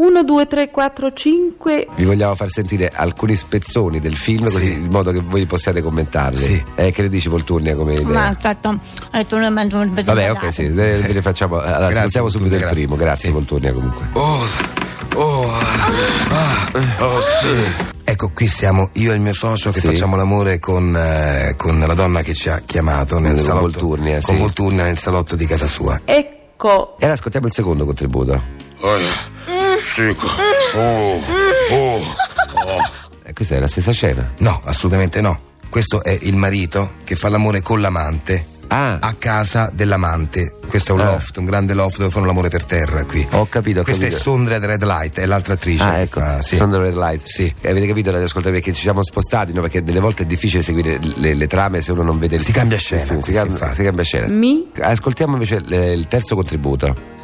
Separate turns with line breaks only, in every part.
1, 2, 3, 4, 5.
Vi vogliamo far sentire alcuni spezzoni del film, così
Sì.
in modo che voi possiate commentarli.
Sì.
Eh, che ne dici, Volturnia? Come idea?
Ma aspetta, eh, tu non mangi un pezzo
Vabbè,
di
ok,
patate.
sì, eh, ve ne facciamo. Allora,
Grazie,
ascoltiamo subito il
Volturnia,
primo.
grazie.
Grazie,
Sì.
Volturnia, comunque.
Oh, oh, ah, ah, oh sì. Ecco, qui siamo io e il mio socio che
Sì.
facciamo l'amore con, eh, con la donna che ci ha chiamato nel
Con
salotto.
Volturnia,
con
sì.
Volturnia nel salotto di casa sua.
Ecco.
E allora ascoltiamo il secondo contributo.
Chico. Oh, oh.
Eh, questa è la stessa scena.
No, assolutamente no. Questo è il marito che fa l'amore con l'amante.
Ah.
A casa dell'amante. Questo è un
Ah.
loft, un grande loft dove fanno l'amore per terra qui.
Ho capito, ho
Questa
capito.
è Sondra Red Light, è l'altra attrice.
Ah,
che
ecco,
fa- sì.
sono Red Light.
Sì.
E avete capito, ragazzi, ascoltate, perché ci siamo spostati, no? Perché delle volte è difficile seguire le, le trame se uno non vede il
Si cambia scena,
il film, Si,
così,
cambia-
infatti.
si cambia scena.
Mi?
Ascoltiamo invece le- il terzo contributo.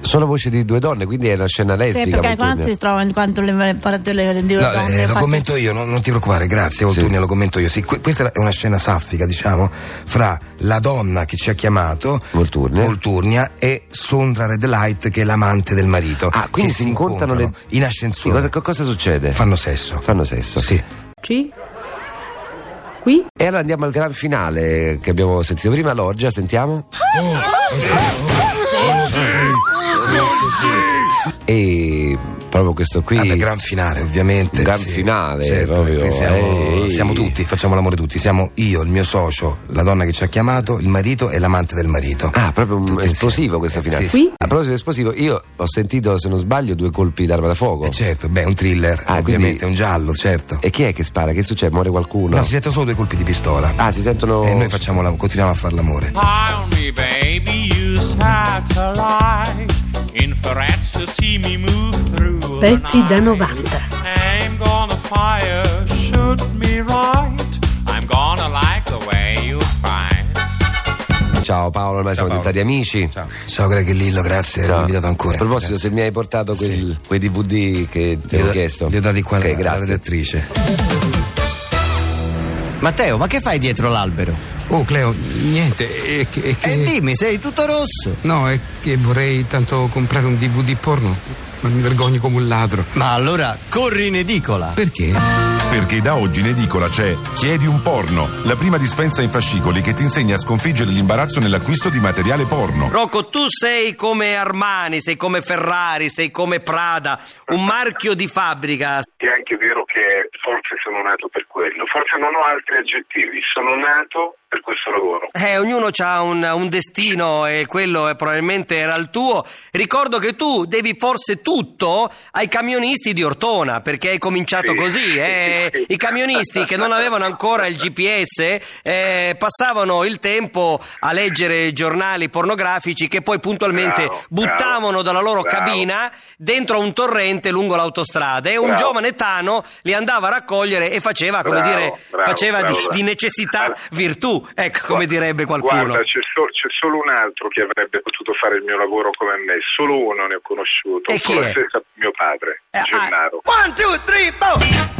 Sono voci di due donne, quindi è una scena
Sì,
lesbica.
perché
Volturnia.
quando si trovano quando le parate le due
No, eh,
donne
lo
infatti-
commento io, non, non ti preoccupare, grazie Volturnia, lo commento io. Sì, que- questa è una scena saffica, diciamo, fra la donna che ci ha chiamato,
Volturnia.
Volturnia, e Sondra Red Light, che è l'amante del marito.
Ah, quindi
che
si incontrano le-
in
Cosa,
ascensore,
co- cosa succede?
fanno sesso.
Fanno sesso.
Sì.
Ci. Qui.
E allora andiamo al gran finale che abbiamo sentito prima, l'oggia, sentiamo. E proprio questo qui.
Vabbè, gran finale, ovviamente.
Gran
sì.
finale,
Certo,
proprio,
qui siamo,
ehi.
siamo tutti, facciamo l'amore tutti. Siamo io, il mio socio, la donna che ci ha chiamato, il marito e l'amante del marito.
Ah, proprio un
Tutti
esplosivo
insieme.
questo
Eh,
finale.
sì, sì.
Qui?
A proposito di esplosivo, io ho sentito, se non sbaglio, due colpi d'arma da fuoco.
Eh, certo, beh, un thriller,
Ah,
ovviamente,
quindi- Eh,
un giallo, certo.
E chi è che spara? Che succede? Muore qualcuno?
No, si sentono solo due colpi di pistola.
Ah, si sentono.
E Eh, noi facciamo la- continuiamo a fare l'amore.
Tell me, baby, you start to lie. Infrared to see me move through the
Pezzi da
night.
90.
I'm gonna fire, shoot me right. I'm gonna like the way you fight.
Ciao Paolo, ormai siamo
Paolo.
diventati amici.
Ciao. Ciao Greg Lillo, grazie, ero invitato ancora.
A proposito,
Grazie.
se mi hai portato quel- quei DVD che ti
Li ho
avevo
da-
chiesto.
Li ho dati qua
Ok,
alla- alla
grazie.
redattrice.
Matteo, ma che fai dietro l'albero?
Oh Cleo, niente, è che, è che-
Eh,
E dimmi, sei tutto rosso.
No, è che vorrei tanto comprare un DVD porno, ma mi vergogno come un ladro.
Ma allora corri in edicola.
Perché?
Perché da oggi in edicola c'è Chiedi un porno, la prima dispensa in fascicoli che ti insegna a sconfiggere l'imbarazzo nell'acquisto di materiale porno.
Rocco, tu sei come Armani, sei come Ferrari, sei come Prada, un marchio di fabbrica.
È anche vero che forse sono nato per quello, forse non ho altri aggettivi, sono nato per questo lavoro.
Eh, ognuno ha un, un destino e quello eh, probabilmente era il tuo. Ricordo che tu devi forse tutto ai camionisti di Ortona, perché hai cominciato
Sì.
così. eh.
Sì.
I camionisti che non avevano ancora il GPS eh, passavano il tempo a leggere giornali pornografici che poi puntualmente
Bravo,
buttavano
bravo,
dalla loro
bravo.
cabina dentro un torrente lungo l'autostrada e un
Bravo.
giovane Tano li andava a raccogliere e faceva, come
Bravo,
dire,
bravo,
faceva di-
bravo,
di,
bravo.
necessità
Allora,
virtù, ecco come
Guarda-
direbbe qualcuno.
Guarda, c'è, so- c'è solo un altro che avrebbe potuto fare il mio lavoro come me, solo uno ne ho conosciuto,
E chi è?
forse sa- mio padre,
Eh, ah.
Gennaro.
One, two, three, four.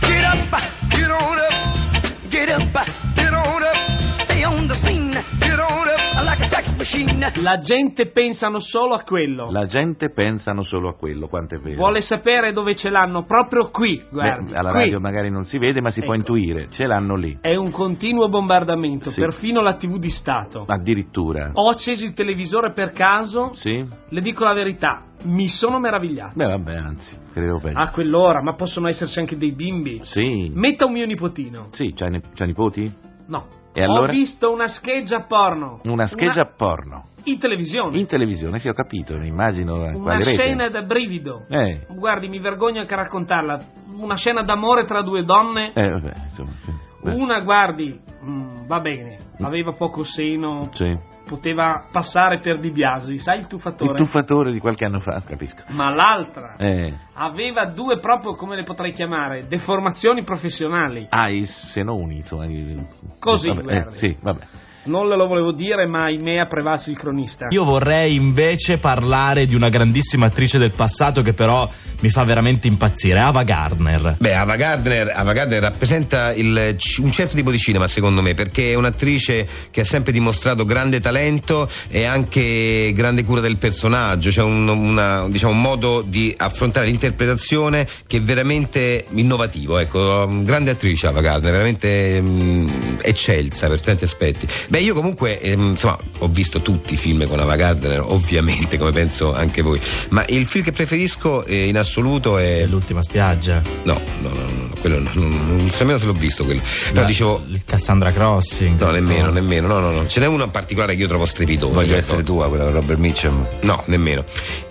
Get up,
Get on up,
get up,
get on up,
stay on the scene
get on up.
like a sex machine.
La gente pensano solo a quello.
La gente pensano solo a quello, quanto è vero.
Vuole sapere dove ce l'hanno, proprio qui, guarda.
alla
qui.
radio magari non si vede, ma si può
Ecco.
intuire, ce l'hanno lì.
È un continuo bombardamento,
Sì. Ah,
perfino la TV di Stato.
Addirittura.
Ho acceso il televisore per caso,
Sì?
le dico la verità, mi sono meravigliato.
Beh, vabbè, anzi, credo peggio.
A quell'ora, ma possono esserci anche dei bimbi.
Sì.
Metta un mio nipotino.
Sì, c'ha, ne- c'ha nipoti?
No.
E allora?
Ho visto una scheggia porno.
Una scheggia
Una-
porno.
in televisione.
In televisione, sì, ho capito, mi immagino a
una
quale rete.
scena da brivido.
Eh,
Guardi, mi vergogno anche a raccontarla. Una scena d'amore tra due donne.
eh, vabbè, insomma. sì.
Eh.
Beh,
Una, guardi, mm, va bene, aveva poco seno,
Sì.
poteva passare per Di Biasi, sai il tuffatore?
Il tuffatore di qualche anno fa, capisco.
Ma l'altra
Eh,
aveva due proprio, come le potrei chiamare, deformazioni professionali.
ah, i senoni, insomma. i-
Così,
vabbè, eh,
guardi.
Sì, vabbè.
Non lo volevo dire, ma ahimè ha prevalso il cronista.
Io vorrei invece parlare di una grandissima attrice del passato che però mi fa veramente impazzire, Ava Gardner.
Beh, Ava Gardner, Ava Gardner rappresenta il- un certo tipo di cinema, secondo me, perché è un'attrice che ha sempre dimostrato grande talento e anche grande cura del personaggio. C'è un, una- diciamo, un modo di affrontare l'interpretazione che è veramente innovativo. Ecco, grande attrice Ava Gardner, veramente mm, eccelsa per tanti aspetti. Beh, io comunque, ehm, insomma, ho visto tutti i film con Ava Gardner, ovviamente, come penso anche voi. Ma il film che preferisco eh, in assoluto è.
L'ultima spiaggia.
No, no, no, no, quello no, no, no, non so nemmeno se l'ho visto quello. Però
La-
dicevo.
Il Cassandra Crossing.
No, nemmeno, nemmeno, no, no, no. Ce n'è uno in particolare che io trovo strepitoso.
Voglio
cioè,
essere
no.
tua, quella con Robert Mitchum.
No, nemmeno.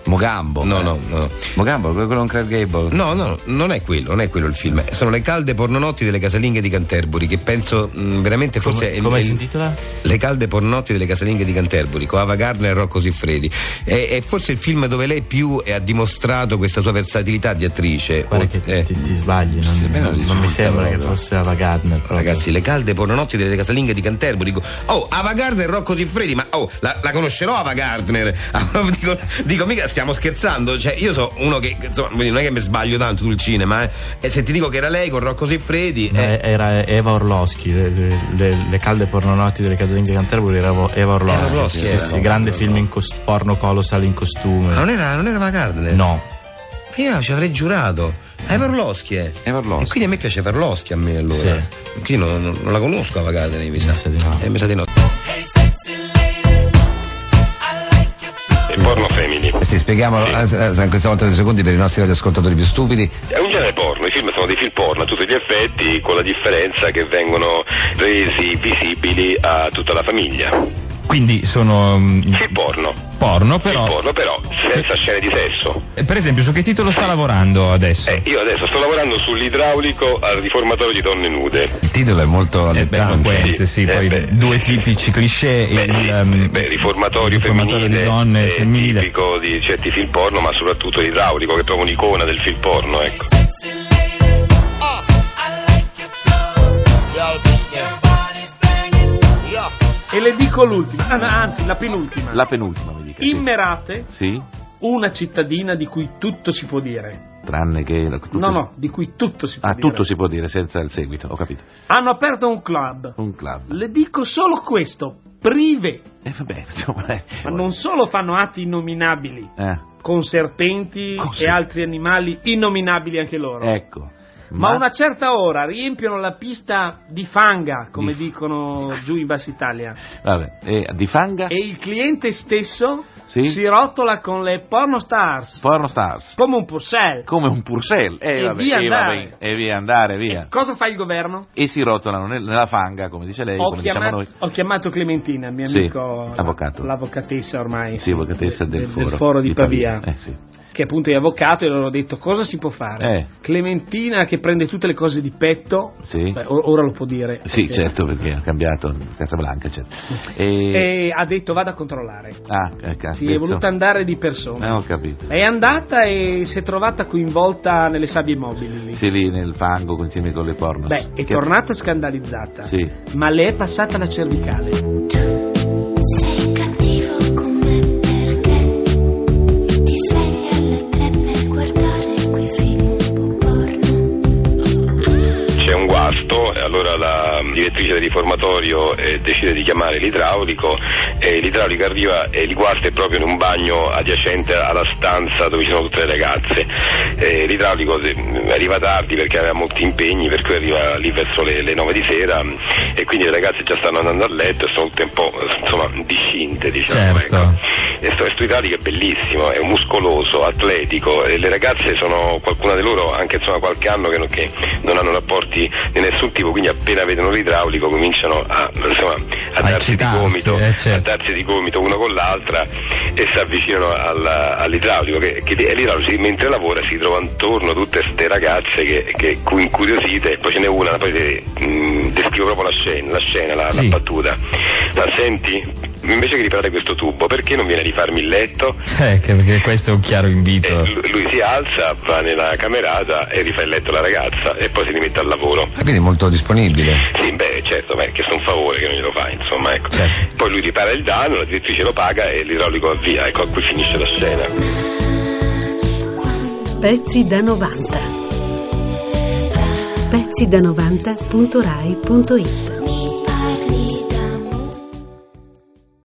Mogambo.
No, no, no, no.
Mogambo, quello con Clark Gable.
No, no, non è quello, non è quello il film. Sono le calde pornonotti delle casalinghe di Canterbury, che penso mh, veramente forse
Come,
è-
come
è
si intitola?
le calde pornotti delle casalinghe di Canterbury con Ava Gardner e Rocco Siffredi. È, è forse il film dove lei più eh, ha dimostrato questa sua versatilità di attrice.
Guarda
O-
che
eh.
ti, ti sbagli, non,
a me non
non mi
risulta
sembra che
proprio.
fosse Ava Gardner. proprio.
Ragazzi, le calde pornonotti delle casalinghe di Canterbury. Dico, oh, Ava Gardner e Rocco Siffredi, ma oh, la, la conoscerò Ava Gardner. Ah, dico, dico, mica stiamo scherzando. Cioè, io so uno che, insomma, voglio dire, non è che mi sbaglio tanto sul cinema, eh. E se ti dico che era lei con Rocco Siffredi,
No,
eh,
Era Eva Orlowski, le, le- le- le calde pornonotti delle casalinghe di Canterbury era Vo- Eva Orlowski.
Era Orlowski,
sì,
era,
sì,
eh, no,
grande film in cos- porno colossal in
ma
costume.
non era, non era Ava Gardner?
No, Mm.
Io ci avrei giurato. È Verloschi, eh.
È Orlowski.
E quindi a me piace Verloschi a me allora. Quindi non, non- non la conosco Ava Gardner, mi sa.
sa di no.
Eh, mi sa di no.
Il porno femminile.
Sì, spieghiamolo eh, eh, questa volta due secondi per i nostri radioascoltatori più stupidi.
È un genere porno, i film sono dei film porno a tutti gli effetti, con la differenza che vengono resi visibili a tutta la famiglia.
Quindi sono mm,
Film porno.
porno,
Film
però.
porno però senza scene di sesso.
eh, Per esempio, su che titolo sta lavorando adesso?
Eh, io adesso sto lavorando sull'idraulico al riformatorio di donne nude.
Il titolo è molto
È bello
allettante.
sì,
eh,
poi
beh.
due tipici cliché.
Beh,
il,
sì,
ehm,
beh, riformatorio,
riformatorio
femminile,
di donne
è
femminile.
tipico di certi film porno, ma soprattutto l'idraulico, che è proprio un'icona del film porno, ecco.
E le dico l'ultima, ah, no, anzi, la penultima.
La penultima, mi dica. sì.
Immerate,
Sì,
una cittadina di cui tutto si può dire.
tranne che... la- tutto-
No, no, di cui tutto si può
Ah,
dire.
tutto si può dire senza il seguito, ho capito.
Hanno aperto un club.
Un club.
Le dico solo questo, prive.
E vabbè, insomma... eh,
Ma non solo fanno atti innominabili,
eh,
con serpenti
Con
e
ser-
altri animali innominabili anche loro.
ecco.
Ma a una certa ora riempiono la pista di fanga, Ah, come dicono giù in Bassa Italia.
Vabbè, eh, di fanga?
E il cliente stesso
Sì.
si rotola con le porno stars
Porno stars.
come un possel.
Come un purcell. Eh,
E
vabbè,
via
eh,
andare.
vabbè, e via andare, via.
Cosa fa il governo?
E si rotolano nel- nella fanga, come dice lei,
Ho
come
chiamato,
diciamo noi.
ho chiamato Clementina, mio
Sì,
amico, la-
avvocato.
l'avvocatessa ormai
Sì, avvocatessa del,
del- del
foro,
foro di Pavia.
Eh, sì.
che appunto è avvocato e loro ho detto cosa si può fare?
Eh.
Clementina che prende tutte le cose di petto,
Sì.
beh, o- ora lo può dire.
Sì,
perché-
certo, perché ha cambiato Casablanca, certo. E...
E ha detto vado a controllare.
Ah, eh, cazzo.
Si è voluta andare di persona.
Eh, ho capito.
È andata e si è trovata coinvolta nelle sabbie mobili. lì.
Sì, lì nel fango insieme con le porno.
Beh,
Che-
è tornata scandalizzata,
Sì.
ma le è passata la cervicale.
Sei cattivo con me perché ti svegli alle tre per guardare quei film un po' porno.
C'è un guasto e allora la mm, direttrice del riformatorio eh, decide di chiamare l'idraulico e l'idraulico arriva e il guasto è proprio in un bagno adiacente alla stanza dove ci sono tutte le ragazze. Eh, l'idraulico se- mm, arriva tardi perché aveva molti impegni, per cui arriva lì verso le, le 9 di sera mm, e quindi le ragazze già stanno andando a letto e sono tutte un po' eh, insomma discinte diciamo. ecco. E sto questo italico è bellissimo, è muscoloso, atletico e le ragazze sono, qualcuna di loro anche insomma qualche anno che non, che non hanno rapporti di nessun tipo, quindi appena vedono l'idraulico cominciano a, insomma, a darsi di
eccitarsi,
gomito,
eh, certo.
a darsi di gomito uno con l'altra e si avvicinano alla- all'idraulico che, che e l'idraulico si- mentre lavora si trova intorno tutte ste ragazze che, che cu- mm, incuriosite e poi ce n'è una, poi te- mh, descrivo proprio la scena, la, scena, la, la
Sì.
battuta. La Allora, senti, invece che riparare questo tubo, perché non viene a rifarmi il letto?
Eh, che- perché questo è un chiaro invito.
Certo.
L- Lui si alza, va nella camerata e rifà il letto alla ragazza e poi si rimette al lavoro.
quindi è molto disponibile.
Sì, beh, certo, beh, che è un favore che non glielo fa, insomma, ecco. Poi lui ripara il danno, la direttrice lo paga e l'idraulico avvia, ecco, qui finisce la scena.
Pezzi da 90. Pezzi da 90.rai.it